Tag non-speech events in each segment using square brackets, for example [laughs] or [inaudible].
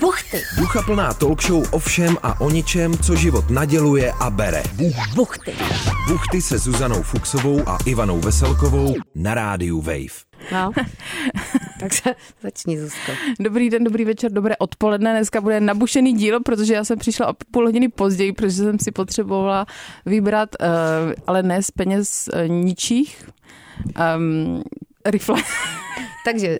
Buchty. Ducha plná talk show o všem a o ničem, co život naděluje a bere. Buchty. Buchty se Zuzanou Fuxovou a Ivanou Veselkovou na rádiu Wave. No. [laughs] tak se začni, Zuzko. Dobrý den, dobrý večer, dobré odpoledne. Dneska bude nabušený díl, protože já jsem přišla o půl hodiny později, protože jsem si potřebovala vybrat, eh, ale ne z peněz eh, ničích, um, rifle. [laughs] Takže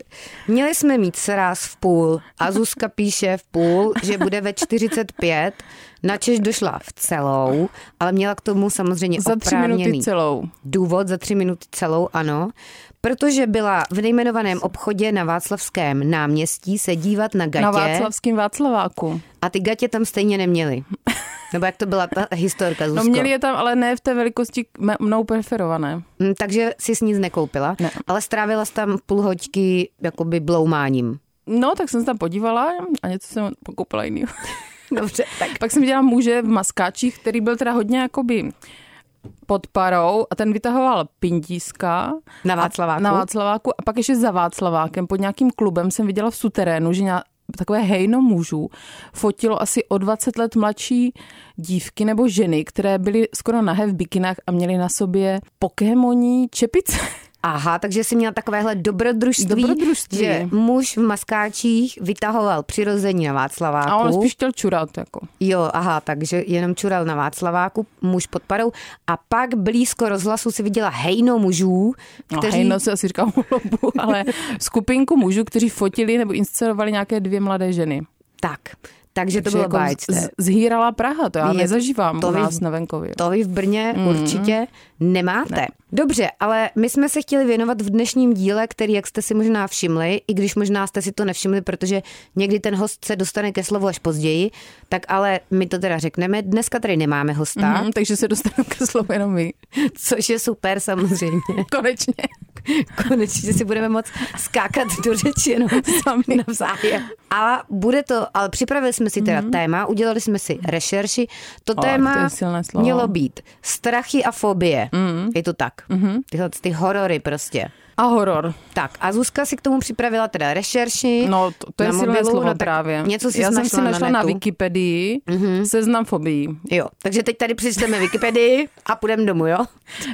měli jsme mít sraz v půl a Zuzka píše v půl, že bude ve 45, načež došla v celou, ale měla k tomu samozřejmě Za tři minuty oprávněný celou. důvod, za tři minuty celou, ano, protože byla v nejmenovaném obchodě na Václavském náměstí se dívat na gatě Na Václavském Václaváku. a ty gatě tam stejně neměly. Nebo jak to byla ta historka, Zuzko? No měli je tam, ale ne v té velikosti me- mnou preferované. Mm, Takže jsi s nic nekoupila, Ne. ale strávila jsi tam půl hoďky jakoby bloumáním. No, tak jsem se tam podívala a něco jsem pokoupila jiného. Dobře, tak. Pak jsem viděla muže v maskáčích, který byl teda hodně jakoby pod parou a ten vytahoval pindíska. Na A- Václaváku? Na Václaváku a pak ještě za Václavákem pod nějakým klubem jsem viděla v suterénu, že nějak, takové hejno mužů fotilo asi o 20 let mladší dívky nebo ženy, které byly skoro nahé v bikinách a měly na sobě pokémoní čepice. Aha, takže jsi měla takovéhle dobrodružství, Dobrodružství. že muž v maskáčích vytahoval přirození na Václaváku. A on spíš chtěl čurat. Jako. Jo, aha, takže jenom čural na Václaváku, muž pod parou. A pak blízko rozhlasu si viděla hejno mužů, No, kteří... hejno se asi říká u lobu, ale skupinku mužů, kteří fotili nebo inscenovali nějaké dvě mladé ženy. Tak, takže to Takže bylo jako báječné. z- Zhýrala Praha, to já Je- nezažívám to to u vy- nás na venkově. To vy v Brně mm. určitě nemáte. Ne. Dobře, ale my jsme se chtěli věnovat v dnešním díle, který, jak jste si možná všimli, i když možná jste si to nevšimli, protože někdy ten host se dostane ke slovu až později, tak ale my to teda řekneme. Dneska tady nemáme hosta, mm. Mhm, takže se dostanu ke slovu jenom [laughs] my. což je super samozřejmě. [laughs] Konečně. Konečně si budeme moc skákat do řeči jenom sami [laughs] navzájem. A bude to, ale připravili jsme si teda mm. téma, udělali jsme si rešerši. To Tak, téma Mhm. to je silné slovo. Mhm. mělo být strachy a fobie. Mm. Je to tak. Mm-hmm. Tyhle ty horory prostě. A horor. Tak a Zuzka si k tomu připravila teda rešerši. No, to, to je na silné mobilu, slovo no, tak právě. Něco si já jsem našla si našla na, netu. Mhm. Wikipedii seznam fobií. Jo, takže teď tady přečteme Wikipedii a půjdeme domů, jo?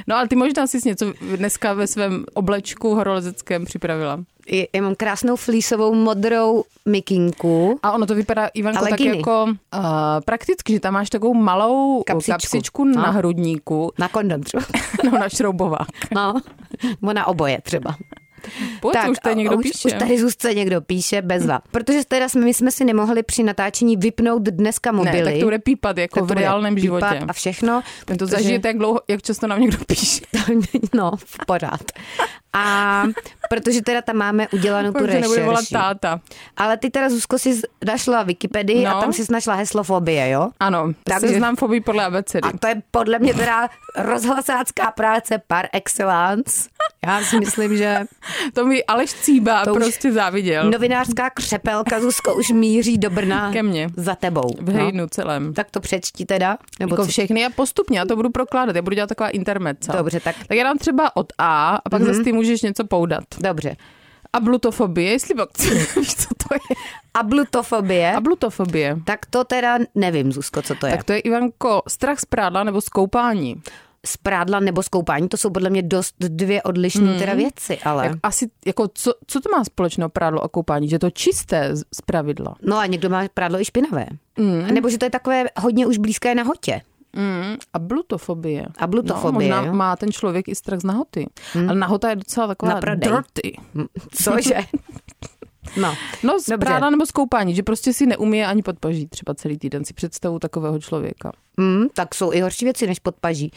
No ale ty možná jsi něco dneska ve svém oblečku horolezeckém připravila. Je- Já mám krásnou flísovou modrou mikinku. A ono to vypadá, Ivanko, Ale tak kiny. jako uh, prakticky, že tam máš takovou malou Kapsičku. kapsičku, kapsičku No. na hrudníku, [laughs] Na kondom třeba. no na šroubovák. No, nebo na oboje třeba. Pojď, tak, už tady a- někdo už, píše. Už tady Zuzce někdo píše, bezva. Protože teda jsme, my jsme si nemohli při natáčení vypnout dneska mobily. ne, tak to bude pípat jako Tak v to bude reálném pípat životě. A všechno. Ten to protože- [laughs] zažijete, jak dlouho, jak často nám někdo píše. No, v pořád. A protože teda tam máme udělanou tu Protože Jako, nebude volat rešerši. táta. Ale ty teda, Zuzko, jsi našla Wikipedii no. a No. tam jsi našla heslo fobie, jo? Ano, Takže- Takže... seznam fobii podle abecedy. A to je podle mě teda rozhlasácká práce par excellence. Já si myslím, že To mi Aleš Cíba To už- prostě záviděl. No... Novinářská křepelka Zuzko už míří do Brna. Ke mně. Za tebou. no. V hejnu celém. Tak to přečti teda. Nebo Jako co? všechny a postupně, já to budu prokládat, já budu dělat taková intermeca. Dobře, tak- Mhm. Tak já dám třeba od A a pak mm-hmm. zase ty můžeš něco poudat. Dobře. A blutofobie, jestli pak [laughs] víš, co to je. A blutofobie. A blutofobie. Tak to teda nevím, Zuzko, co to je. Tak Tak... to je, Ivanko, strach z prádla nebo z koupání. Sprádla nebo skoupání, to jsou podle mě dost dvě odlišné Mm. teda věci, ale... Jak asi, jako, co, co to má společného prádlo a koupání? Že to čisté z, z pravidla. No a někdo má prádlo i špinavé. Mm. Nebo že to je takové hodně už blízké nahotě. Mm, a blutofobie. A blutofobie, No, jo. možná má ten člověk i strach z nahoty. Mm. Ale nahota je Na docela taková prodej. dirty. [laughs] Cože? No. No, z Dobře. práda nebo z koupání, že prostě si neumije ani podpažít třeba celý týden si představu takového člověka. Mm, tak jsou i horší věci než podpaží.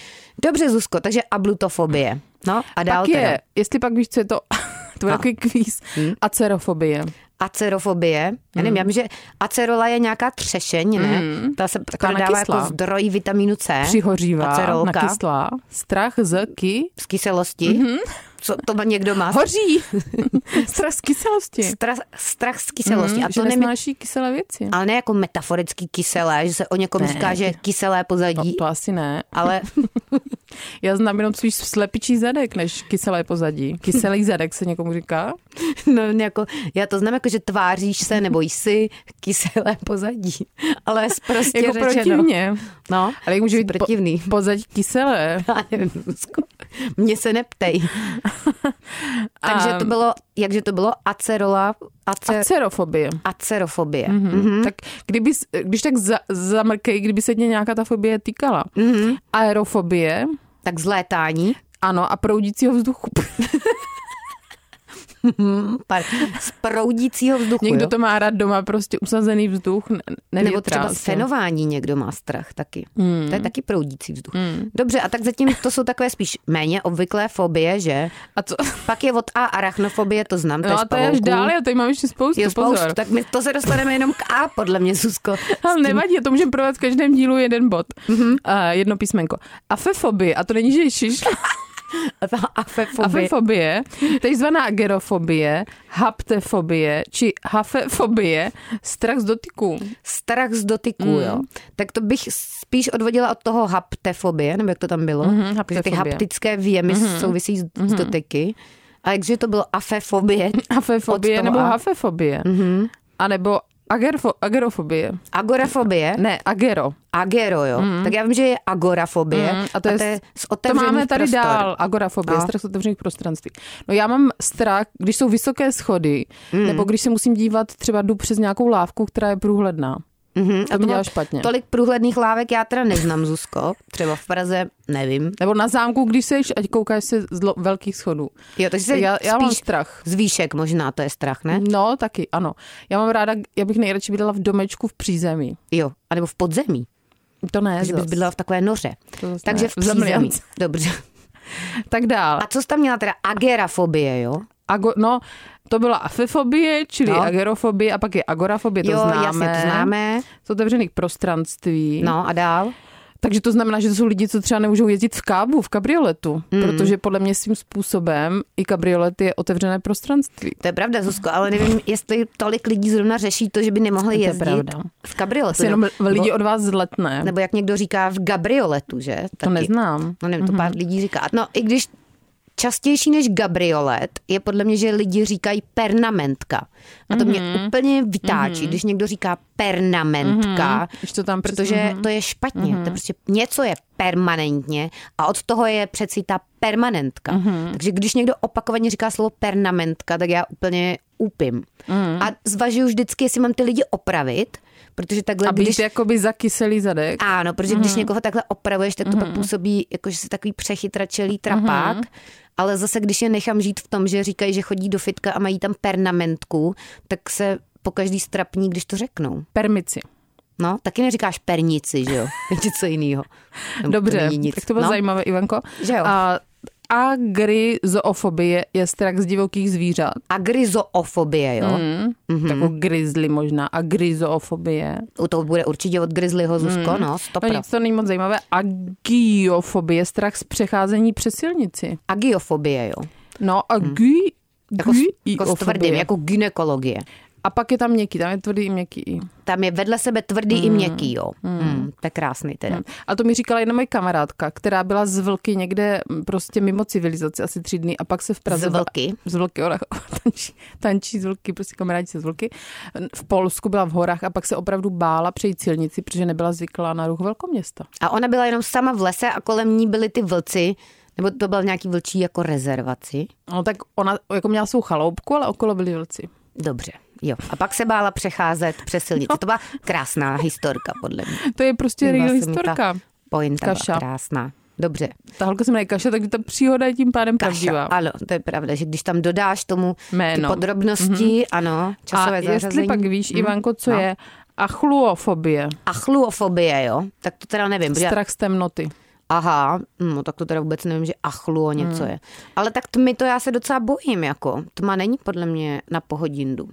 Dobře, Zuzko, takže ablutofobie. No a dál pak je, teda. jestli pak víš, co je to, [laughs] to bude No. takový kvíz, acerofobie. Acerofobie. Já nevím, já vím, že acerola je nějaká třešeň, ne? Ta se prodává nakyslá. jako zdroj vitamínu C. Přihořívá, Acerolka. nakyslá, strach z ky, Z kyselosti. Mm-hmm. Co to má někdo má? hoří, [laughs] strach z kyselosti. Strach, strach z kyselosti. Mm, a že to nemá... nesnáší kyselé věci. Ale ne jako No, metaforicky kyselé, že se o někom ne. říká, že je kyselé pozadí, To asi ne. ale [laughs] Já znám jenom spíš slepičí zadek, než [laughs] kyselé pozadí. Kyselý zadek se někomu říká? No, jako, já to znám jako, že tváříš se nebo jsi kyselé pozadí, [laughs] ale prostě Jako řečeno. proti mně. No, Ale jak může jsi být po- protivný. pozadí kyselé? [laughs] Já nevím, Zuzko. Mě se neptej. [laughs] Takže to bylo, jakže to bylo acerola, acer, Acerofobie. acerofobie. Mm-hmm. Tak kdyby, s- když tak za, zamrkej, kdyby se tě nějaká ta fobie týkala. Mhm. Mm-hmm. Aerofobie, Tak zlétání, ano, a proudícího vzduchu. mm, par, z proudícího vzduchu, Někdo jo? to má rád doma, prostě usazený vzduch, ne- Nebo třeba nevětrá z se. fenování někdo má strach taky. Hmm. To je taky proudící vzduch. Dobře, a tak zatím to jsou takové spíš méně obvyklé fobie, že? A co? Pak je od A arachnofobie, to znám, to No je a z to je až pavouků. dál, já tady mám ještě spoustu, Jo, pozor. spoustu, tak my to se dostaneme jenom k A, podle mě, [laughs] Zuzko. Ale nevadí, já to můžeme prodat v každém dílu jeden bod. Mhm. Mm-hmm. A jedno písmenko. Afefobie, a to není, že ježiš. Afefobie. Afefobie, tedy zvaná agerofobie, haptefobie či hafefobie, strach z dotyku. Strach z dotyku, mm. jo. Tak to bych spíš odvodila od toho haptefobie, nebo jak to tam bylo. Mhm, Protože ty haptefobie. Mhm. haptické věmy souvisí s, s dotyky. A jakže to bylo afefobie, [laughs] Od Afefobie toho nebo A. Mhm. hafefobie. Mm-hmm. A nebo agerfo, agerofobie. agorafobie, Ne, agero. agero, jo. Tak já vím, že je agorafobie. Mm, a, to je, a to je z To otevřených máme tady prostor. dál, agorafobie, No. no. strach z otevřených prostranství. No já mám strach, když jsou vysoké schody, mm. nebo když se musím dívat, třeba jdu přes nějakou lávku, která je průhledná. Mhm, To mi bylo dělá špatně. Tolik průhledných lávek já teda neznám, Zuzko. Třeba v Praze, nevím. Nebo na zámku, když seš, ať koukáš se z lo- velkých schodů. Jo, takže se Já, spíš já mám strach. z výšek možná, to je strach, ne? No, taky, ano. Já mám ráda, já bych nejradši bydlela v domečku v přízemí. Jo, anebo v podzemí, To ne, že bys zas. bydlela v takové noře. To zas Takže ne. v V zemliance. přízemí. Dobře. Tak dál. A co jsi tam měla teda? Agerafobie, jo? Ago, no, to byla afefobie, čili No. no. agerofobie, a pak je agorafobie, to jo, známe. jasně, to známe. Z otevřených prostranství. No a dál? Takže to znamená, že to jsou lidi, co třeba nemůžou jezdit v kábu, v kabrioletu, mm. protože podle mě svým způsobem i kabriolet je otevřené prostranství. To je pravda, Zuzko, ale nevím, jestli tolik lidí zrovna řeší to, že by nemohli To je jezdit pravda. v kabrioletu. Asi jenom nebo- lidi od vás zletne. nebo jak někdo říká v gabrioletu, že? Taky. To neznám. Mhm. No nevím, to pár lidí říká. No i když častější než gabriolet je podle mě, že lidi říkají pernamentka. A to mě Mhm. úplně vytáčí, když někdo říká pernamentka, Když to tam přes- protože to Mhm. je špatně. To prostě něco je permanentně a od toho je přeci ta permanentka. Takže když někdo opakovaně říká slovo pernamentka, tak já úplně upím. A zvažuju vždycky, jestli mám ty lidi opravit, protože takhle, A být když jakoby zakyselý zadek. ano, protože když někoho takhle opravuješ, tak to pak působí jako, že jsi takový přechytračelý trapák. Ale zase, když je nechám žít v tom, že říkají, že chodí do fitka a mají tam pernamentku, tak se po každý strapní, když to řeknou. Permici. No, taky neříkáš pernici, že jo? Je něco jiného. Dobře, není nic. tak to bylo no. zajímavé, Ivanko. Že jo. A agrizoofobie je strach z divokých zvířat. Agrizoofobie, jo? Mm. Mhm. Mm-hmm. Takovou grizzly možná. Agrizoofobie. U toho bude určitě od grizzlyho Zuzko, no, No stopro. nic, to není moc zajímavé. Agiofobie, strach z přecházení přes silnici. Agiofobie, jo? No a gui, Mhm. Jako, s- jako s tvrdým, Jako... jako gynekologie. A pak je tam měkký, tam je tvrdý i měkký i. Tam je vedle sebe tvrdý Hmm. i měkký, jo? Mm, to je krásný teda. A to mi říkala jedna moje kamarádka, která byla z vlky někde mm, prostě mimo civilizaci asi tři dny a pak se v Praze... Z vlky? Z vlky, ona [laughs] tančí, tančí z vlky, prostě kamarádi se z vlky. V Polsku byla v horách a pak se opravdu bála přejít silnici, protože nebyla zvyklá na ruch velkoměsta. A ona byla jenom sama v lese a kolem ní byly ty vlci, nebo to byla v nějaký vlčí jako rezervaci. No tak ona jako měla svou chaloupku, ale okolo byli vlci. Dobře, jo. A pak se bála přecházet přes silnici. To byla krásná historka, podle mě. To je prostě Líbila real se mi historka. Ta pointa Kaša. byla krásná. Dobře. Ta holka se jmenuje Kaša, takže ta příhoda je tím pádem Kaša, pravdivá. ano, to je pravda, že když tam dodáš tomu Jméno. Mhm. ty podrobnosti, mm-hmm. ano, A časové jestli zařazení. Hm? Mhm. No. pak víš, Ivanko, co je achluofobie, Achluofobie, jo? Tak to teda nevím. Protože... strach z temnoty. Aha, no tak to teda vůbec nevím, že achluo Hmm. něco je. Ale tak tmy to já se docela bojím, jako. Tma není podle mě na pohodindu.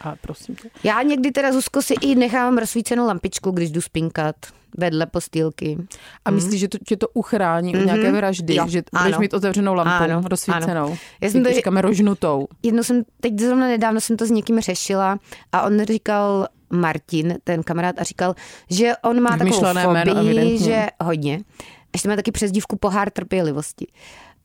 A prosím tě. Já někdy teda, Zuzko, si i nechávám rozsvícenou lampičku, když jdu spinkat vedle postýlky. A myslíš, že to, tě to uchrání od nějaké vraždy, Mhm. Jo, že ano. budeš mít otevřenou lampu, Ano, ano. rozsvícenou. ano. Já jsem Jak to- říkáme rožnutou. Jednou jsem, teď zrovna nedávno jsem to s někým řešila a on říkal, Martin, ten kamarád, a říkal, že on má takovou Vymyšlené jméno, fobii, evidentně. že hodně, ještě má taky přezdívku pohár trpělivosti.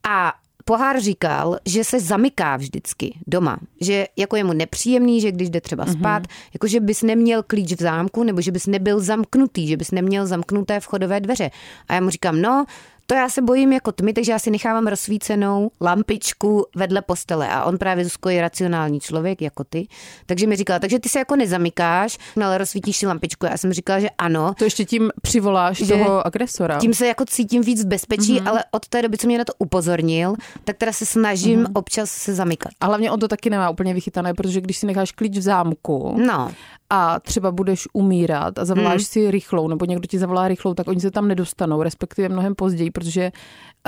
A Pohár říkal, že se zamyká vždycky doma, že jako je mu nepříjemný, že když jde třeba spát, mm-hmm. jako že bys neměl klíč v zámku, nebo že bys nebyl zamknutý, že bys neměl zamknuté vchodové dveře. A já mu říkám, no, to já se bojím jako tmy, takže já si nechávám rozsvícenou lampičku vedle postele. A on právě Zuzko je racionální člověk, jako ty. Takže mi říkal, takže ty se jako nezamykáš, no ale rozsvítíš si lampičku. Já jsem říkala, že ano. To ještě tím přivoláš Že toho agresora. Tím se jako cítím víc v bezpečí, Mhm. mm-hmm. ale od té doby, co mě na to upozornil, tak teda se snažím Mhm. mm-hmm. občas se zamykat. A hlavně on to taky nemá úplně vychytané, protože když si necháš klíč v zámku No, Mhm. a třeba budeš umírat a zavoláš hmm. si rychlou, nebo někdo ti zavolá rychlou, tak oni se tam nedostanou, respektive mnohem později, protože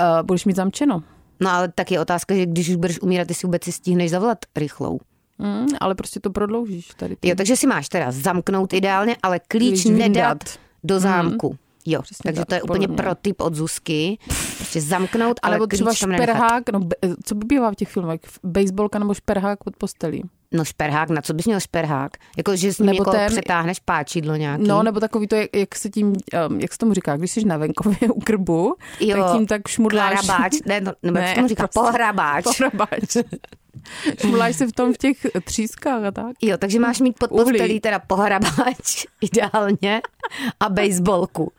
uh, budeš mít zamčeno. no ale tak je otázka, že když už budeš umírat, ty si vůbec si stihneš zavolat rychlou. Mm, ale prostě to prodloužíš tady. ty. Jo, takže si máš teda zamknout ideálně, ale klíč, Klíč vyndat. Mhm. nedat do zámku. Mm. Jo, Přesně takže tak, to je podle úplně mě. pro typ od Zuzky. Prostě zamknout, ale Alebo klíč třeba tam nenechat. šperhák, no, be- co by bývá v těch filmech? Baseballka nebo šperhák pod postelí? No šperhák, na co bys měl šperhák? Jako, že s ním Nebo jako ten- přetáhneš páčidlo nějaký? No, nebo takový to, jak, jak se tím, um, jak se tomu říká, když jsi na venkově u krbu, Jo, tak tím tak šmudláš. Hrabáč, [laughs] ne, no, nebo ne, jak se tomu říká, prostě. pohrabáč. [laughs] Pohrabáč. šmudláš se v tom v těch třískách a tak. Jo, takže máš mít pod Uhlí. postelí teda pohrabáč [laughs] ideálně a baseballku.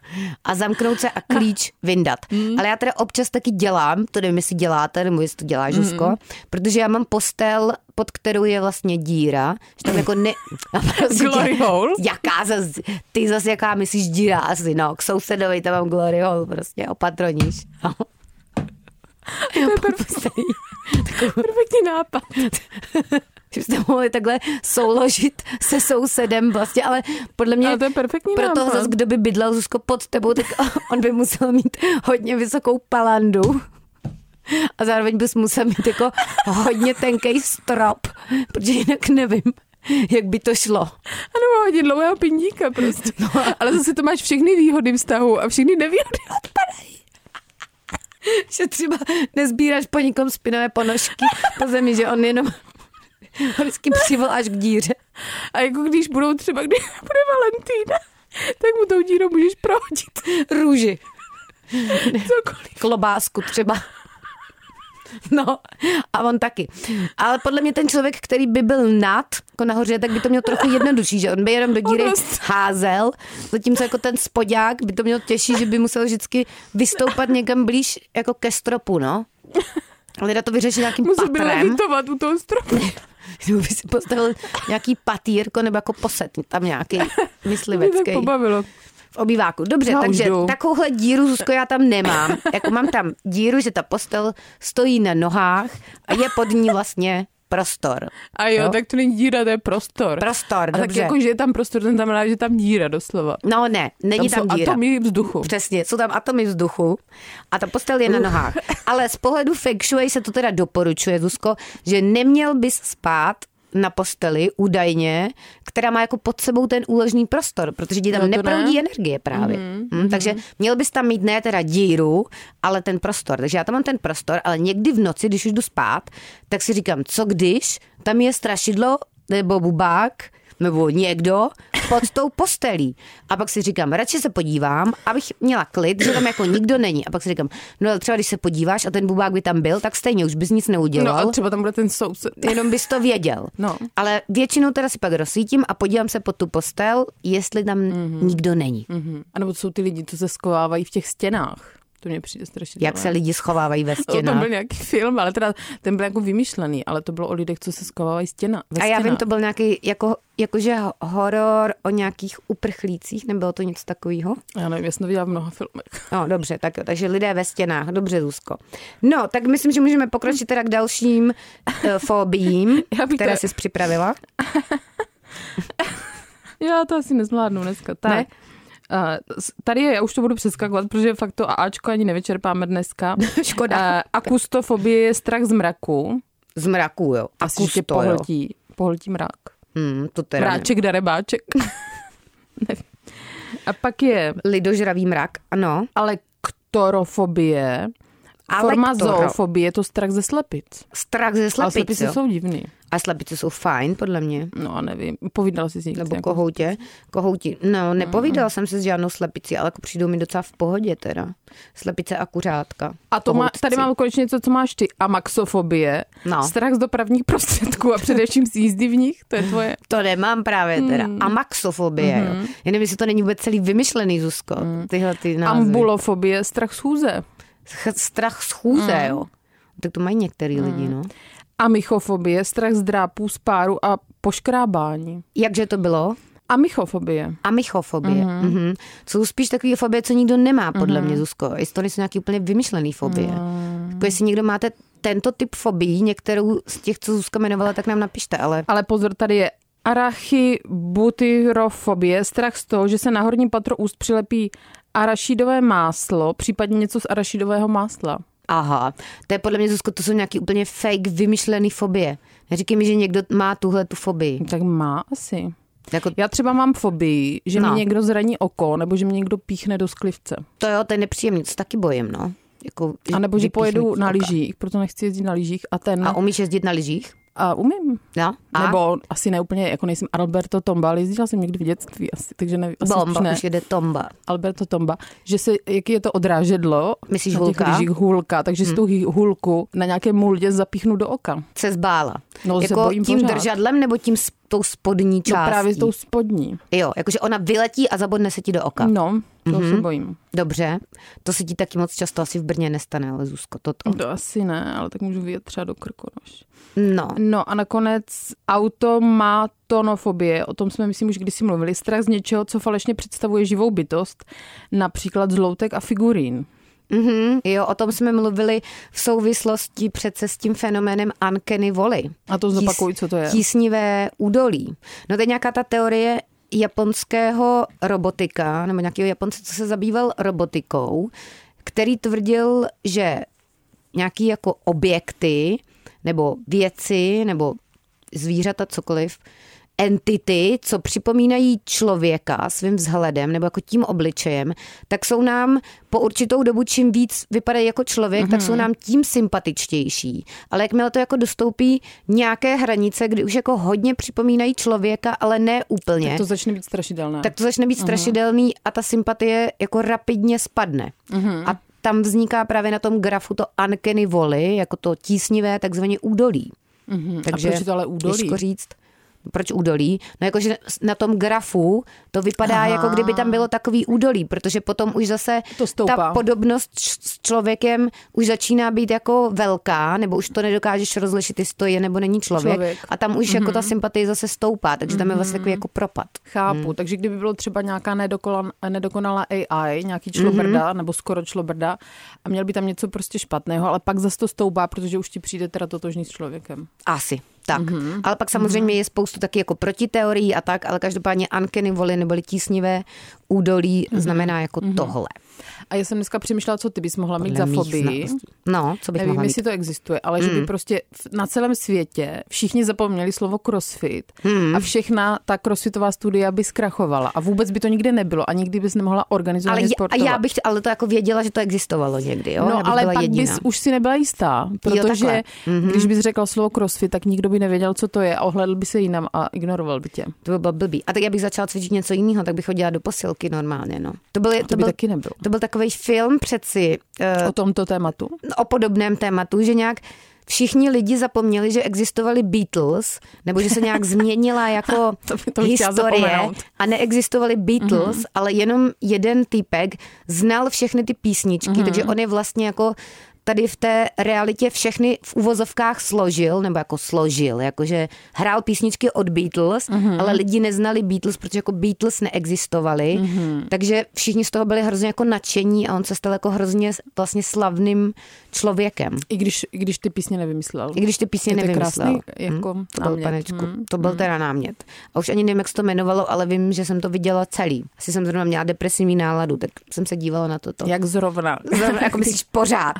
A zamknout se a klíč vyndat. Hmm. Mm. Ale já teda občas taky dělám, to nevím, jestli děláte, nebo jestli to děláš, Zuzko, Hmm. mm. protože já mám postel, pod kterou je vlastně díra, že tam jako ne... A prosím tě, [laughs] [laughs] Glory hole? Jaká zas, ty zase jaká myslíš díra asi, no, k sousedovi tam mám glory hole, prostě opatroníš. No. To je perfektní, [laughs] [laughs] perfektní nápad. Že byste mohli takhle souložit se sousedem vlastně, ale podle mě... Ale to je perfektní pro toho nápad. zas, kdo by bydlel Zuzko pod tebou, tak [laughs] on by musel mít hodně vysokou palandu. A zároveň bys musel mít jako hodně tenký strop, protože jinak nevím, jak by to šlo. A nebo hodně dlouhého pindíka prostě. No. Ale zase to máš všechny výhody vztahu a všechny nevýhody odpadají. Že třeba nezbíráš po nikom spinové ponožky po zemi, že on jenom ho vždycky přivol až k díře. A jako když budou třeba, když [laughs] bude Valentína, tak mu tou dírou můžeš [laughs] prohodit Růži, cokoliv. klobásku třeba. No, a on taky. Ale podle mě ten člověk, který by byl nad, jako nahoře, tak by to měl trochu jednodušší, že on by jenom do díry On rost- házel, zatímco jako ten spodák by to měl těžší, že by musel vždycky vystoupat někam blíž jako ke stropu, no. Ale jde to vyřešit nějakým Musel by patrem. levitovat u [laughs] toho stropu. Kdyby si postavil nějaký patýrko nebo jako posed tam nějaký Mě tak myslivecký pobavilo. v obýváku. Dobře, Já už takže jdu. takovouhle díru, Zuzko, já tam [laughs] nemám. Jako mám tam díru, že ta postel stojí na nohách a je pod ní vlastně prostor. A jo, Jo. jo, tak to není díra, to je prostor. Prostor, A tak dobře. jako, že je tam prostor, ten znamená, že je tam díra doslova. No ne, není tam, jsou díra. atomy vzduchu. Přesně, jsou tam atomy vzduchu a ta postel je na nohách. Ale z pohledu feng shui se to teda doporučuje, Zuzko, že neměl bys spát na posteli údajně, která má jako pod sebou ten úložný prostor, protože ti tam No to neproudí ne. energie právě. Mhm, Mm, mm, takže měl bys tam mít ne teda díru, ale ten prostor. Takže já tam mám ten prostor, ale někdy v noci, když už jdu spát, tak si říkám, co když tam je strašidlo nebo bubák, nebo někdo pod tou postelí. A pak si říkám, radši se podívám, abych měla klid, že tam jako nikdo není. A pak si říkám, no ale třeba když se podíváš a ten bubák by tam byl, tak stejně už bys nic No neudělal. a třeba tam bude ten soused. Jenom bys to věděl. No. Ale většinou teda si pak rozsvítím a podívám se pod tu postel, jestli tam mm-hmm. nikdo není. Mm-hmm. Mhm. A nebo to jsou ty lidi, co se skovávají v těch stěnách. To mě přijde strašně. Jak se lidi schovávají ve O tom stěnách. byl nějaký film, ale teda ten byl jako vymyšlený, ale to bylo o lidech, co se skovávají stěna. Ve A já vím, stěnách. to byl nějaký, jako, jakože ho- horor o nějakých uprchlících, nebylo to nic takového? Já nevím, já jsem to viděla v mnoha filmech. [laughs] No, dobře, tak jo, takže lidé ve stěnách, dobře, Zuzko. No, tak myslím, že můžeme pokročit teda k dalším uh, fobím, [laughs] Já bych které teda- jsi připravila. Já to asi nezvládnu dneska. Tak. Ne? Ne? Tady je, já už to budu přeskakovat, protože fakt to Ačko ani nevyčerpáme dneska. [laughs] Škoda. Eh, Akustofobie je strach z mraku. Z mraku, jo. A Asi, že tě kusto, jo. pohltí, pohltí mrak. Hmm, to teda Mráček. [laughs] Mráček, darebáček. Nevím. A pak je Lidožravý mrak, ano. ale ktorofobie. A Forma lektoro. zoofobie je to strach ze slepic. Strach ze Ale slepic. slepice jo. jsou divný. A slepice jsou fajn, podle mě. No a nevím, povídala jsi s někým. Nebo jako- Mhm. kohoutě. Kohouti. No, nepovídala jsem se s žádnou slepicí, ale jako přijdou mi docela v pohodě teda. Slepice a kuřátka. A to má, Kohoutci. tady mám konečně něco, co máš ty. A maxofobie. No. Strach z dopravních prostředků a především z jízdy v nich. To je tvoje. To nemám právě teda. Hmm. A maxofobie, Mhm. jo. Já nevím, jestli to není vůbec celý vymyšlený, Zuzko. Hmm. Tyhle ty názvy. Ambulofobie, strach schůze. Ch- strach schůze, Hmm. jo. Tak to mají některý lidi, no. Amichofobie, strach z drápů, z páru a poškrábání. Jakže to bylo? Amichofobie. Amichofobie. Mhm. Mm-hmm. Jsou spíš takové fobie, co nikdo nemá, podle mm-hmm. mě, Zuzko. Jestli to nejsou nějaké úplně vymyšlené fobie. No. Mm-hmm. Jako jestli někdo máte tento typ fobií, některou z těch, co Zuzka jmenovala, tak nám napište, ale Ale pozor, tady je arachibutyrofobie, strach z toho, že se na horní patro úst přilepí arašidové máslo, případně něco z arašidového másla. aha, to je podle mě, Zuzko, to jsou nějaký úplně fake, vymyšlený fobie. Neříkej mi, že někdo má tuhle tu fobii. Tak má asi. Jako, Já třeba mám fobii, že no. No. mě někdo zraní oko, nebo že mě někdo píchne do sklivce. to jo, to je nepříjemný, to se taky bojím, no. Jako, A nebo že vypíchnutí pojedu na oka. lyžích, proto nechci jezdit na lyžích a ten... A umíš jezdit na lyžích? a umím. No. A? Nebo asi ne úplně, jako nejsem Alberto Tomba, ale jezdila jsem někdy v dětství, asi, takže nevím, asi spíš Bomba, ne. už jede tomba. Alberto Tomba, že se, jaký je to odrážedlo, Myslíš na těch hulka? Hm. lyžích hulka, takže si tu hý- hulku na nějaké muldě zapíchnu do oka. Se zbála. No, se jako bojím tím pořád. držadlem nebo tím s- tou spodní No částí? právě s tou spodní. Jo, jakože ona vyletí a zabodne se ti do oka. No, to Mhm. se bojím. Dobře, to se ti taky moc často asi v Brně nestane, ale Zuzko, to to. No, To asi ne, ale tak můžu vyjet třeba do krkonoš. No, No a nakonec automatonofobie, o tom jsme myslím už kdysi mluvili, strach z něčeho, co falešně představuje živou bytost, například zloutek a figurín. mhm. jo, o tom jsme mluvili v souvislosti přece s tím fenoménem Ankeny Voli. A to zopakuj, co to je. Tísnivé údolí. No to je nějaká ta teorie japonského robotika, nebo nějakého Japonce, co se zabýval robotikou, který tvrdil, že nějaký jako objekty, nebo věci, nebo zvířata, cokoliv, entity, co připomínají člověka svým vzhledem nebo jako tím obličejem, tak jsou nám po určitou dobu, čím víc vypadají jako člověk, mm-hmm. tak jsou nám tím sympatičtější. Ale jakmile to jako dostoupí nějaké hranice, kdy už jako hodně připomínají člověka, ale ne úplně, To začne být strašidelné. tak to začne Mhm. být strašidelný a ta sympatie jako rapidně spadne. Mhm. A tam vzniká právě na tom grafu to uncanny voli, jako to tísnivé takzvané údolí. Mhm. a proč je to ale údolí? Těžko říct. Proč údolí? No jakože na tom grafu to vypadá, Aha. jako kdyby tam bylo takový údolí, protože potom už zase To stoupá. ta podobnost č- s člověkem už začíná být jako velká, nebo už to nedokážeš rozlišit, jestli to je nebo není člověk. Člověk. Mhm. A tam už jako ta sympatie zase stoupá, takže tam je vlastně takový jako propad. Chápu, hmm. takže kdyby bylo třeba nějaká nedokolan, nedokonalá AI, nějaký člobrda Mhm. hmm. nebo skoro člobrda a měl by tam něco prostě špatného, ale pak zase to stoupá, protože už ti přijde teda totožný s člověkem. Asi, tak. Mhm. Mm-hmm. Ale pak samozřejmě mm-hmm. je spoustu taky jako protiteorií a tak, ale každopádně ankeny voli neboli tísnivé údolí Mhm. mm-hmm. znamená jako mm-hmm. tohle. A já jsem dneska přemýšlela, co ty bys mohla mít Dle za mých fobii. znalostí. No, co bych Nevím, mohla mít. Hmm. jestli to existuje, ale že by prostě v- na celém světě všichni zapomněli slovo crossfit Hmm. a všechna ta crossfitová studia by zkrachovala a vůbec by to nikde nebylo a nikdy bys nemohla organizovat Ale, je, a sportovat. já bych, ale to jako věděla, že to existovalo někdy, jo? Já bych No, ale byla pak jediná. bys už si nebyla jistá, protože takhle. Mhm. mm-hmm. když bys řekla slovo crossfit, tak nikdo by nevěděl, co to je a ohledl by se jinam a ignoroval by tě. To by bylo blbý. A tak já bych začala cvičit něco jiného, tak bych chodila do posilky normálně, no. To byl, to To by byl, taky nebylo. to byl takový film přeci eh, O tomto tématu. o podobném tématu, že nějak všichni lidi zapomněli, že existovali Beatles, nebo že se nějak [laughs] změnila jako To by- to bych chtěla historie zapomenout. a neexistovali Beatles, mm-hmm. ale jenom jeden týpek znal všechny ty písničky, mm-hmm. takže on je vlastně jako tady v té realitě všechny v uvozovkách složil, nebo jako složil, jakože hrál písničky od Beatles, mm-hmm. ale lidi neznali Beatles, protože jako Beatles neexistovali, mm-hmm. takže všichni z toho byli hrozně jako nadšení a on se stal jako hrozně vlastně slavným člověkem. I když, i když ty písně nevymyslel. I když ty písně Je to nevymyslel. krásný, jako Hm, to byl, námět. panečku, Hm, to byl teda námět. A už ani nevím, jak se to jmenovalo, ale vím, že jsem to viděla celý. Asi [laughs] jsem zrovna měla depresivní náladu, tak jsem se dívala na toto. Jak zrovna. [laughs] Zrovna, jako myslíš pořád.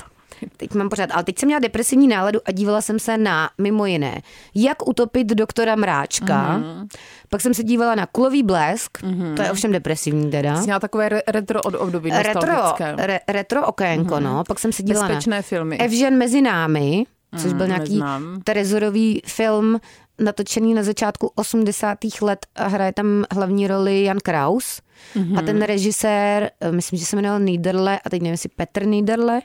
Teď mám pořád, ale teď jsem měla depresivní náladu a dívala jsem se na, mimo jiné, jak utopit doktora Mráčka. Mhm. Pak jsem se dívala na Kulový blesk, to je ovšem depresivní teda. Jsi měla takové re- retro od období Retro, nostalgické. re, retro okénko, Mhm. no. Pak jsem se dívala Bezpečné na filmy. Evžen mezi námi, což byl nějaký neznám. Terezorový film natočený na začátku 80. let a hraje tam hlavní roli Jan Kraus. A ten režisér, eh, myslím, že se jmenoval Niederle, a teď nevím, jestli Petr Niederle,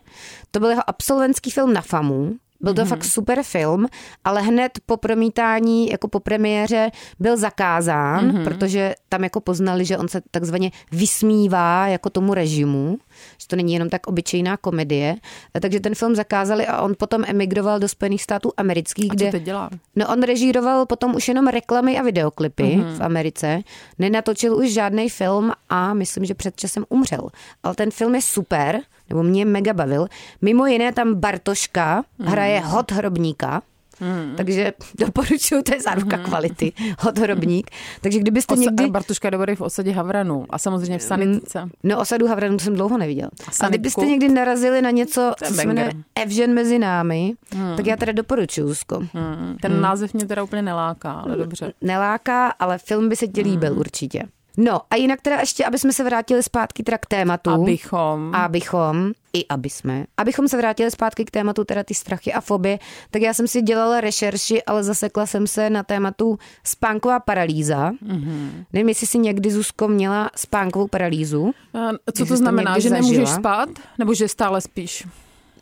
to byl jeho absolventský film na FAMu. Byl to fakt super film, ale hned po promítání, jako po premiéře, byl zakázán, Mhm. protože tam jako poznali, že on se takzvaně vysmívá jako tomu režimu, že to není jenom tak obyčejná komedie. Takže ten film zakázali a on potom emigroval do Spojených států amerických, Co kde teď dělá? No on režíroval potom už jenom reklamy a videoklipy Mhm. mm-hmm. v Americe. Nenatočil už žádný film a myslím, že před časem umřel. Ale ten film je super, nebo mě mega bavil. Mimo jiné tam Bartoška Mhm. hraje hot hrobníka. Mm. Takže [laughs] doporučuju, to je záruka Mhm. kvality, hot hrobník. Takže kdybyste Osa- někdy... Bartuška je dobrý v osadě Havranu a samozřejmě v sanitce. No osadu Havranu jsem dlouho neviděl. A Sanitku? kdybyste někdy narazili na něco, To je co se jmenuje banger. Hmm. Evžen mezi námi, tak já teda doporučuju, Zuzko. Mm. Ten název mě teda úplně neláká, ale Mm. dobře. neláká, ale film by se ti líbil určitě. No a jinak teda ještě, aby jsme se vrátili zpátky teda k tématu. Abychom. Abychom, i aby jsme, abychom se vrátili zpátky k tématu teda ty strachy a fobie, tak já jsem si dělala rešerši, ale zasekla jsem se na tématu spánková paralýza. Mm-hmm. Nevím, jestli jsi někdy, Zuzko, měla spánkovou paralýzu. A Co Když jsi to to znamená, někdy že nemůžeš zažila? spát? Nebo že stále spíš?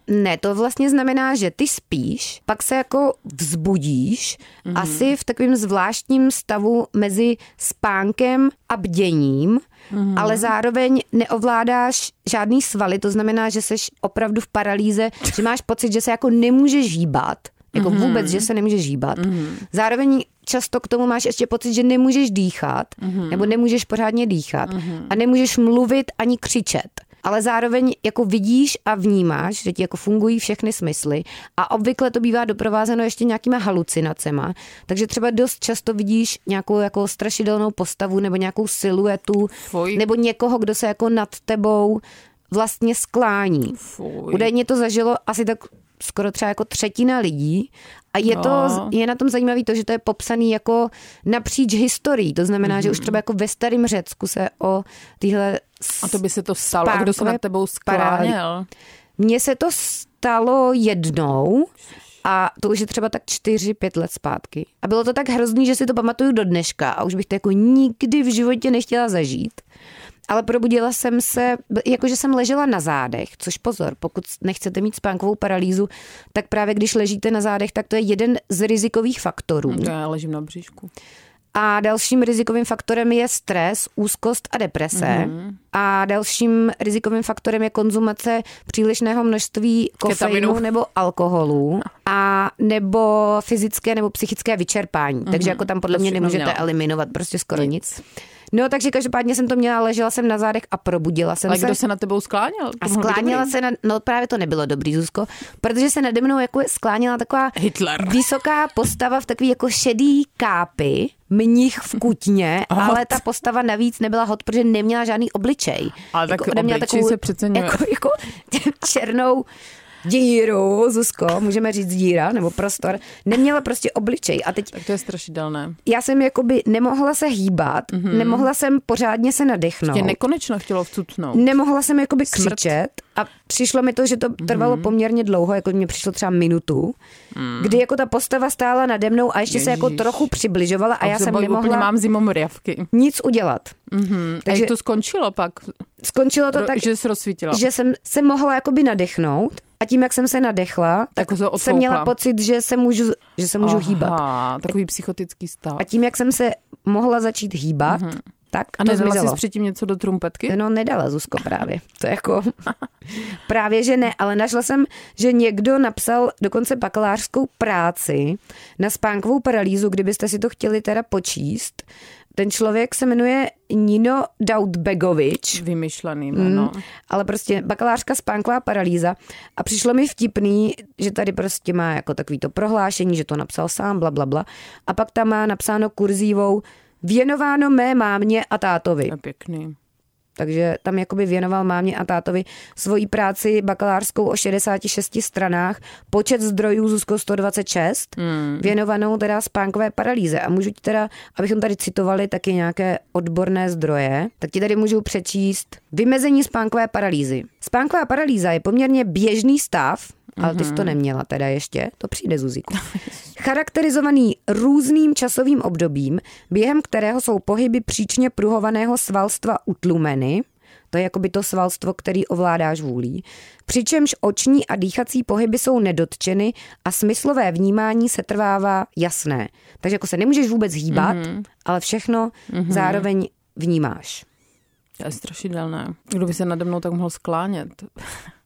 Ne, to vlastně znamená, že ty spíš, pak se jako vzbudíš, mm-hmm. asi v takovém zvláštním stavu mezi spánkem a bděním, mm-hmm. ale zároveň neovládáš žádný svaly, to znamená, že jsi opravdu v paralýze, že máš pocit, že se jako nemůžeš hýbat, jako mm-hmm. vůbec, že se nemůžeš hýbat. Mm-hmm. Zároveň často k tomu máš ještě pocit, že nemůžeš dýchat, mm-hmm. nebo nemůžeš pořádně dýchat mm-hmm. a nemůžeš mluvit ani křičet ale zároveň jako vidíš a vnímáš, že ti jako fungují všechny smysly a obvykle to bývá doprovázeno ještě nějakýma halucinacema, takže třeba dost často vidíš nějakou jako strašidelnou postavu nebo nějakou siluetu Fuj. nebo někoho, kdo se jako nad tebou vlastně sklání. Fuj. Údajně to zažilo asi tak skoro třeba jako třetina lidí a je, to, No. je na tom zajímavé to, že to je popsaný jako napříč historií, to znamená, Mhm. že už třeba jako ve starém Řecku se o tyhle A to by se to stalo. A kdo se Spánkové nad tebou paralýzy. skláněl? Mně se to stalo jednou a to už je třeba tak 4-5 let zpátky. A bylo to tak hrozný, že si to pamatuju do dneška a už bych to jako nikdy v životě nechtěla zažít. Ale probudila jsem se, b- jakože jsem ležela na zádech, což pozor, pokud nechcete mít spánkovou paralýzu, tak právě když ležíte na zádech, tak to je jeden z rizikových faktorů. To já ležím na bříšku. A dalším rizikovým faktorem je stres, úzkost a deprese. Mhm. Mm-hmm. A dalším rizikovým faktorem je konzumace přílišného množství kofeinu Ketaminu. nebo alkoholu a nebo fyzické nebo psychické vyčerpání. Mm-hmm. Takže jako tam podle Mhm. To mě všechno nemůžete měla. eliminovat prostě skoro nic. nic. No takže každopádně jsem to měla, ležela jsem na zádech a probudila jsem Ale se. kdo se nad tebou skláněl? To A mohlo být skláněla dobrý. se na, no právě to nebylo dobrý, Zuzko, protože se nade mnou jako skláněla taková Hitler. vysoká postava v takový jako šedý kápy, mnich v kutně, Hot. ale ta postava navíc nebyla hot, protože neměla žádný obličej. Ale tak ode mě měla obličej se přeceňuje. Jako, jako [laughs] černou díru, Zuzko, můžeme říct díra, nebo prostor. Neměla prostě obličej a teď Tak to je strašidelné. já jsem jakoby nemohla se hýbat, mm-hmm. Mhm. nemohla jsem pořádně se nadechnout. Tě nekonečno chtělo vcucnout. Nemohla jsem jakoby Smrt. Mhm. křičet a přišlo mi to, že to trvalo mm. poměrně dlouho, jako mě přišlo třeba minutu, mm. kdy jako ta postava stála nade mnou a ještě Ježíš. se jako Ježíš. trochu přibližovala a, já Obzor, jsem bo- nemohla Úplně mám zimomrjavky. nic udělat. Mm-hmm. Takže... A Takže jak to skončilo pak? skončilo to Ro- tak, že, že jsi rozsvítila. že jsem se mohla jakoby nadechnout a tím, jak jsem se nadechla, tak Jako se jsem měla otloukla. pocit, že se můžu, že se můžu Aha, hýbat. takový psychotický stav. A tím, jak jsem se mohla začít hýbat, mm-hmm. tak Mhm. A to nedala zmizelo. jsi předtím něco do trumpetky? No nedala Zuzko právě. To je jako... [laughs] právě, že ne, ale našla jsem, že někdo napsal dokonce bakalářskou práci na spánkovou paralýzu, kdybyste si to chtěli teda počíst. Ten člověk se jmenuje Nino Dautbegovič. Vymyšlený jméno. Ale prostě bakalářka spánková paralýza. A přišlo mi vtipný, že tady prostě má jako takový to prohlášení, že to napsal sám, bla, bla, bla. A pak tam má napsáno kurzívou věnováno mé mámě a tátovi. Je pěkný. Takže tam jakoby věnoval mámě a tátovi svoji práci bakalářskou o 66 stranách, počet zdrojů Zuzko 126, mm. věnovanou teda spánkové paralýze. A můžu ti teda, abychom tady citovali taky nějaké odborné zdroje, tak ti tady můžu přečíst vymezení spánkové paralýzy. Spánková paralýza je poměrně běžný stav, ale ty jsi to neměla teda ještě, to přijde Zuziku. Charakterizovaný různým časovým obdobím, během kterého jsou pohyby příčně pruhovaného svalstva utlumeny, to je jako by to svalstvo, který ovládáš vůlí, přičemž oční a dýchací pohyby jsou nedotčeny a smyslové vnímání se trvává jasné. Takže jako se nemůžeš vůbec hýbat, mm-hmm. ale všechno mm-hmm. zároveň vnímáš. To je strašidelné. Kdo by se nade mnou tak mohl sklánět?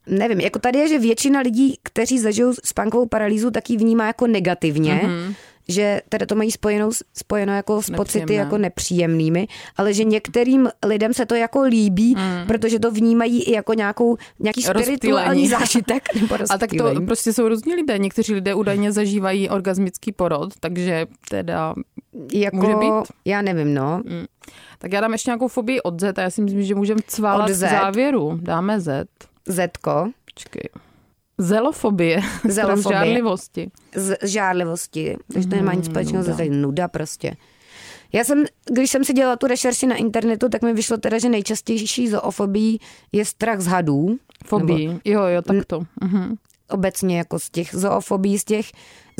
Nevím, jako tady je, že většina lidí, kteří zažijou spánkovou paralýzu, tak ji vnímá jako negativně, mm-hmm. že teda to mají spojenou, spojeno jako s pocity Mhm. Nepříjemné. jako nepříjemnými, ale že některým lidem se to jako líbí, mm. protože to vnímají i jako nějakou, nějaký spirituální Mhm. Rozptýlení. zážitek [laughs] nebo A tak to rozptýlení. prostě jsou různí lidé. Někteří lidé údajně zažívají orgasmický porod, takže teda... jako, může být? Mm. Já nevím, no. Tak já dám ještě nějakou fobii od Z a já si myslím, že můžeme cválat Od k Z? závěru. Dáme Z. Zetko. Počkej. Zelofobie. [laughs] Zelofobie. Zelofobie. žádlivosti. z žárlivosti, takže to nemá nic společného, to je nuda prostě. Já jsem, když jsem si dělala tu rešerši na internetu, tak mi vyšlo teda, že nejčastější zoofobií je strach z hadů. Fobii. Jo, jo, tak to. Mhm. Obecně jako z těch zoofobí, z těch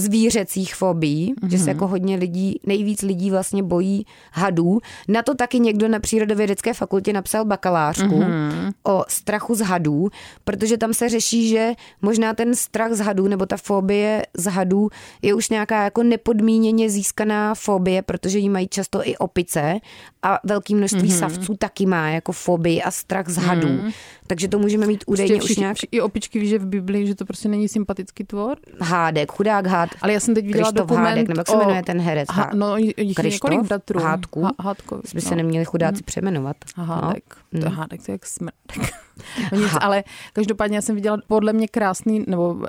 zvířecích fobí, mm-hmm. že Mhm. se jako hodně lidí, nejvíc lidí vlastně bojí hadů. Na to taky někdo na Přírodovědecké fakultě napsal bakalářku Mhm. mm-hmm. o strachu z hadů, protože tam se řeší, že možná ten strach z hadů nebo ta fobie z hadů je už nějaká jako nepodmíněně získaná fobie, protože ji mají často i opice a velké množství Mhm. mm-hmm. savců taky má jako fobii a strach z hadů. Mm-hmm. Takže to můžeme mít údajně Prostě už všichni, nějak vši- I opičky ví, že v Biblii, že to prostě není sympatický tvor. hádek, chudák hád. Ale já jsem teď viděla Krištof dokument Hádek, nebo jak se o- jmenuje ten herec? Ha, Há- no, jich je Krištof? několik bratrů. Hádku? Ha, hádkovi, By se no. neměli chudáci přeměnovat. A No. hádek. No. To je hádek, to je jak smrdek. No nic, ale každopádně já jsem viděla podle mě krásný, nebo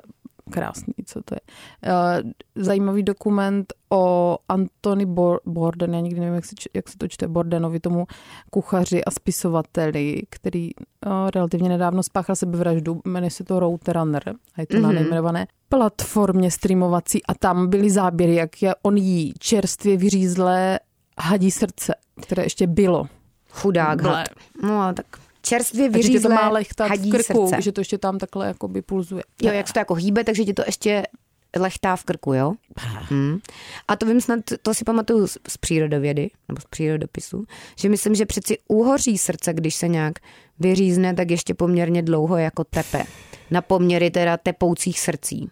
krásný, co to je, eh, zajímavý dokument o Antony Bor- Borden, já nikdy nevím, jak se, č- jak se to čte, Bordenovi, tomu kuchaři a spisovateli, který eh, relativně nedávno spáchal sebevraždu, jmenuje se to Roadrunner a je to mm-hmm. na nejmenované platformě streamovací a tam byly záběry, jak je on jí čerstvě vyřízlé hadí srdce, které ještě bylo. Chudák Ble. had. No, tak čerstvě Takže tě to vyřízlé má lechtat v hadí krku, srdce. že to ještě tam takhle jako jakoby pulzuje. Jo, jak se to jako hýbe, takže ti to ještě lechtá v krku, jo? Hmm. A to vím snad, to si pamatuju z, z přírodovědy, nebo z přírodopisu, že myslím, že přeci úhoří srdce, když se nějak vyřízne, tak ještě poměrně dlouho jako tepe. Na poměry teda tepoucích srdcí.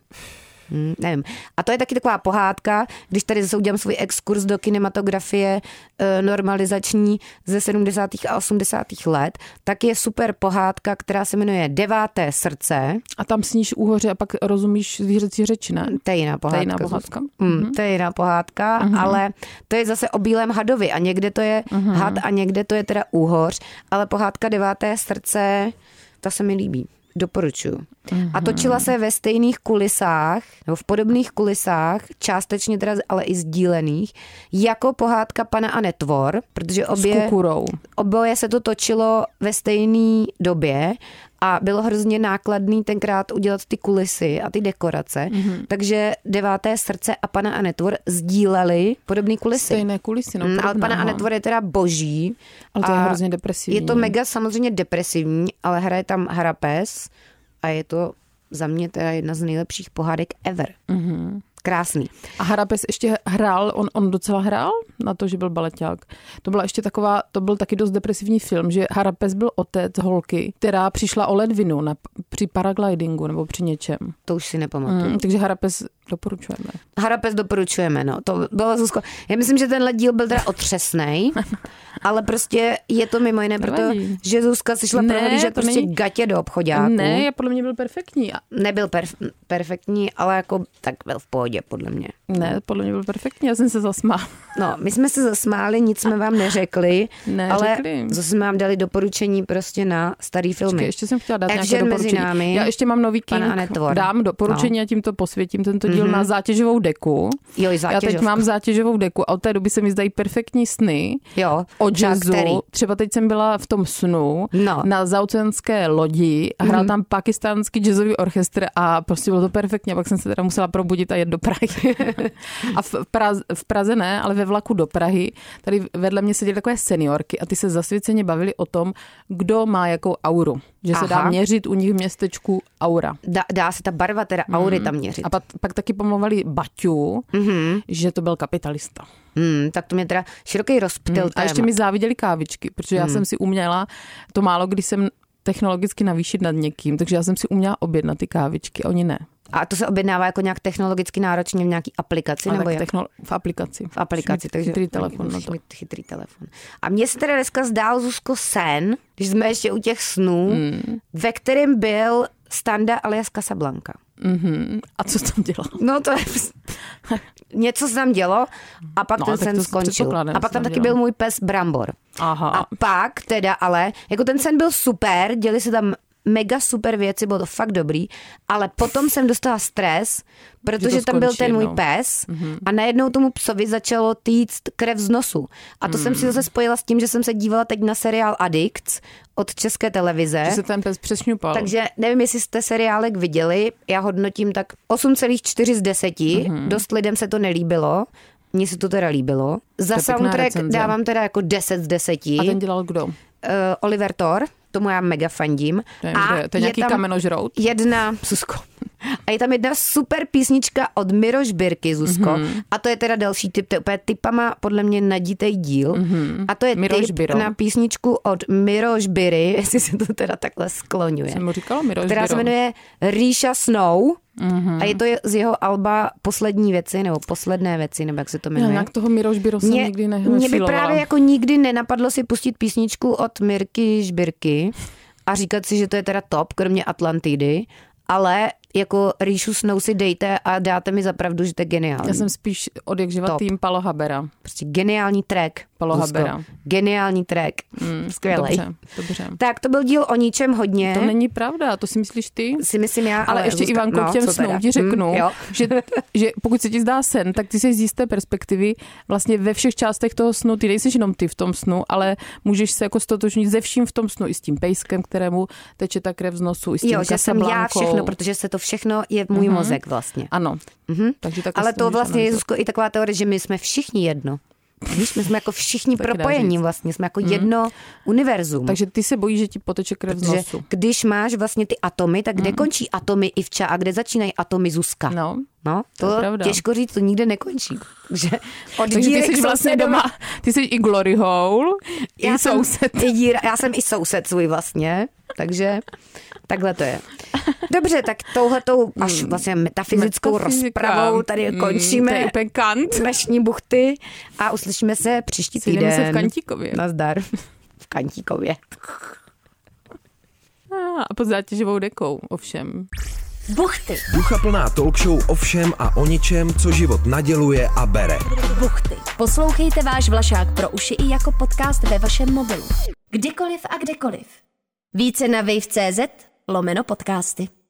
Hmm, nevím. A to je taky taková pohádka, když tady zase udělám svůj exkurs do kinematografie eh, normalizační ze 70. a 80. let, tak je super pohádka, která se jmenuje Deváté srdce. A tam sníš úhoře a pak rozumíš zvířecí řeči, ne? To je jiná To je pohádka. jiná pohádka. Mhm. Mm, to je jiná pohádka, ale to je zase o bílém hadovi a někde to je Mhm. had a někde to je teda úhoř, ale pohádka deváté srdce, ta se mi líbí. Doporučuju. A Mhm. točila se ve stejných kulisách, nebo v podobných kulisách, částečně teda ale i sdílených, jako pohádka pana a netvor, protože obě... S kukurou. Oboje se to točilo ve stejné době a bylo hrozně nákladný tenkrát udělat ty kulisy a ty dekorace. Mhm. Mm-hmm. Takže deváté srdce a pana Anetvor sdíleli podobné kulisy. Stejné kulisy, no. Mm, ale podobná, pana no. Anetvor je teda boží. Ale to je a hrozně depresivní. Je to mega samozřejmě depresivní, ale hraje tam Harapes a je to za mě teda jedna z nejlepších pohádek ever. Mm-hmm. Mhm. Krásný. A Harapes ještě hrál, on, on docela hrál na to, že byl baleták. To byla ještě taková, to byl taky dost depresivní film, že Harapes byl otec holky, která přišla o ledvinu na, při paraglidingu nebo při něčem. To už si nepamatuju. Mm, takže Harapes doporučujeme. Harapes doporučujeme, no. To bylo Zuzko. Já myslím, že tenhle díl byl teda [laughs] otřesnej, ale prostě je to mimo jiné, Nevadí. protože Zuzka si šla Ne, prohlížet to prostě není- gatě do obchodáku. Ne, podle mě byl perfektní. A Nebyl perf- perfektní, ale jako tak byl v pohodě, podle mě. Ne, podle mě byl perfektní, já jsem se zasmála. No, my jsme se zasmáli, nic jsme vám neřekli, ale Neřekli. zase jsme vám dali doporučení prostě na starý filmy. Počkej, ještě jsem chtěla dát Action nějaké mezi doporučení. námi. Já ještě mám nový Pana king, Anetvor. dám doporučení no. a tímto posvětím tento díl přehodil na zátěžovou deku. Mhm. Jo, i Já teď zátěžovku. mám zátěžovou deku a od té doby se mi zdají perfektní sny. Jo, O třeba jazzu. který? Třeba teď jsem byla v tom snu No. Mhm. na zaoceánské lodi a hrál tam pakistánský jazzový orchestr a prostě bylo to perfektně. Pak jsem se teda musela probudit a jet do [laughs] Prahy. a v, Praze, v Praze ne, ale ve vlaku do Prahy. Tady vedle mě seděly takové seniorky a ty se zasvěceně bavili o tom, kdo má jakou auru. Že se Aha. dá měřit u nich v městečku aura. Dá, dá se ta barva teda aury tam měřit. Mhm. A pak, pak taky pomluvali Mhm. Baťu, mm-hmm. že to byl kapitalista. Hmm, tak to mě teda široký rozptyl. Mhm. Mm, A ještě téma. Mm. mi záviděli kávičky, protože já jsem si uměla to málo, když jsem technologicky navýšit nad někým, takže já jsem si uměla objednat ty kávičky, oni ne. A to se objednává jako nějak technologicky náročně v nějaký aplikaci? Ale nebo tak jak? technolo- v aplikaci. v aplikaci, Musíš mít takže chytrý telefon na musíš to. mít chytrý telefon. A mně se teda dneska zdál, Zuzko, sen, když jsme ještě u těch snů, Hmm. ve kterém byl Standa alias Casablanca. A co tam dělal? No to je... [laughs] Něco se tam dělo a pak No, no, ten tak sen to s- skončil. předpokládám, A co pak tam tam taky dělo. byl můj pes Brambor. Aha. A pak teda ale, jako ten sen byl super, děli se tam mega super věci, bylo to fakt dobrý, ale potom jsem dostala stres, protože tam byl skončí no. Mhm. ten můj jednou. pes a najednou tomu psovi začalo týct krev z nosu. A to jsem si Mhm. zase spojila s tím, že jsem se dívala teď na seriál Addicts od české televize. Že se ten pes přešňupal. Takže nevím, jestli jste seriálek viděli, já hodnotím tak 8,4 z 10, Mhm. dost lidem se to nelíbilo, mně se to teda líbilo. Za je pěkná soundtrack recenze. dávám teda jako 10 z 10. A ten dělal kdo? Eh, Oliver Thor, tomu já mega fandím. Nevím, kdo je. To je nějaký kamenožrout? Jedna, Zuzko. A je tam jedna super písnička od Miroš Birky, Zuzko. Mhm. Mm-hmm. A to je teda další typ, to je úplně typama podle mě nadítej díl. Mm-hmm. A to je Mhm. Miroš typ Biro. na písničku od Miroš Biry, [laughs] jestli se to teda takhle skloňuje. Jsem mu říkala Miroš která se Biro. Mhm. jmenuje Ríša Snow. Mm-hmm. A je to je- z jeho alba Poslední věci, nebo Posledné věci, nebo jak se to Já jmenuje. nějak toho Miroš Biro jsem nikdy nehlefilovala. Mě by právě jako nikdy nenapadlo si pustit písničku od Mirky Žbirky a říkat si, že to je teda top, kromě Atlantidy, ale jako rýšu snou si dejte a dáte mi zapravdu, že to je geniální. Já jsem spíš od jak živa Top. tým Palo Habera. Prostě geniální track. Palo Zuzko. Habera. Geniální track. Mm, Skvělej. Dobře, dobře. Tak to byl díl o ničem hodně. To není pravda, to si myslíš ty? si myslím já, Ale, ale ještě Zuzka- Ivanko, no, k těm co teda? snům ti řeknu, Mm, jo. že, že pokud se ti zdá sen, tak ty jsi z jisté perspektivy vlastně ve všech částech toho snu, ty nejsi jenom ty v tom snu, ale můžeš se jako stotožnit ze vším v tom snu, i s tím pejskem, kterému teče ta krev z nosu, i s tím jo, že jsem já Casablancou. všechno, protože se to všechno je můj Mhm. mozek vlastně. Ano. Mm-hmm. Takže tak Ale to vlastně je Zuzko, i taková teorie, že my jsme všichni jedno. Víš, my jsme jako všichni Taky dá propojení říct. Mhm. vlastně, jsme jako jedno univerzum. Takže ty se bojíš, že ti poteče krev z že nosu. Mhm. když máš vlastně ty atomy, tak kde končí atomy Ivča a kde začínají atomy Zuzka? No. No, to, je to pravda. těžko říct, to nikde nekončí. [laughs] Takže od Takže ty dírek jsi vlastně sousedové- doma, ty jsi i glory hole, [laughs] já i jsem, soused. I díra, já jsem i soused svůj vlastně, takže takhle to je. Dobře, tak touhletou až vlastně metafyzickou Hmm. Metafyzika. rozpravou tady Mm, končíme. To je úplně kant. dnešní buchty a uslyšíme se příští Sejdeme týden. se v Kantíkově. Nazdar. [laughs] V Kantíkově. Ah, A pod zátěžovou dekou, ovšem. Buchty, Ducha plná talk show o všem a o ničem, co život naděluje a bere. buchty. Poslouchejte váš Vlašák pro uši i jako podcast ve vašem mobilu. Kdykoliv a kdekoliv. Více na wave.cz lomeno podcasty.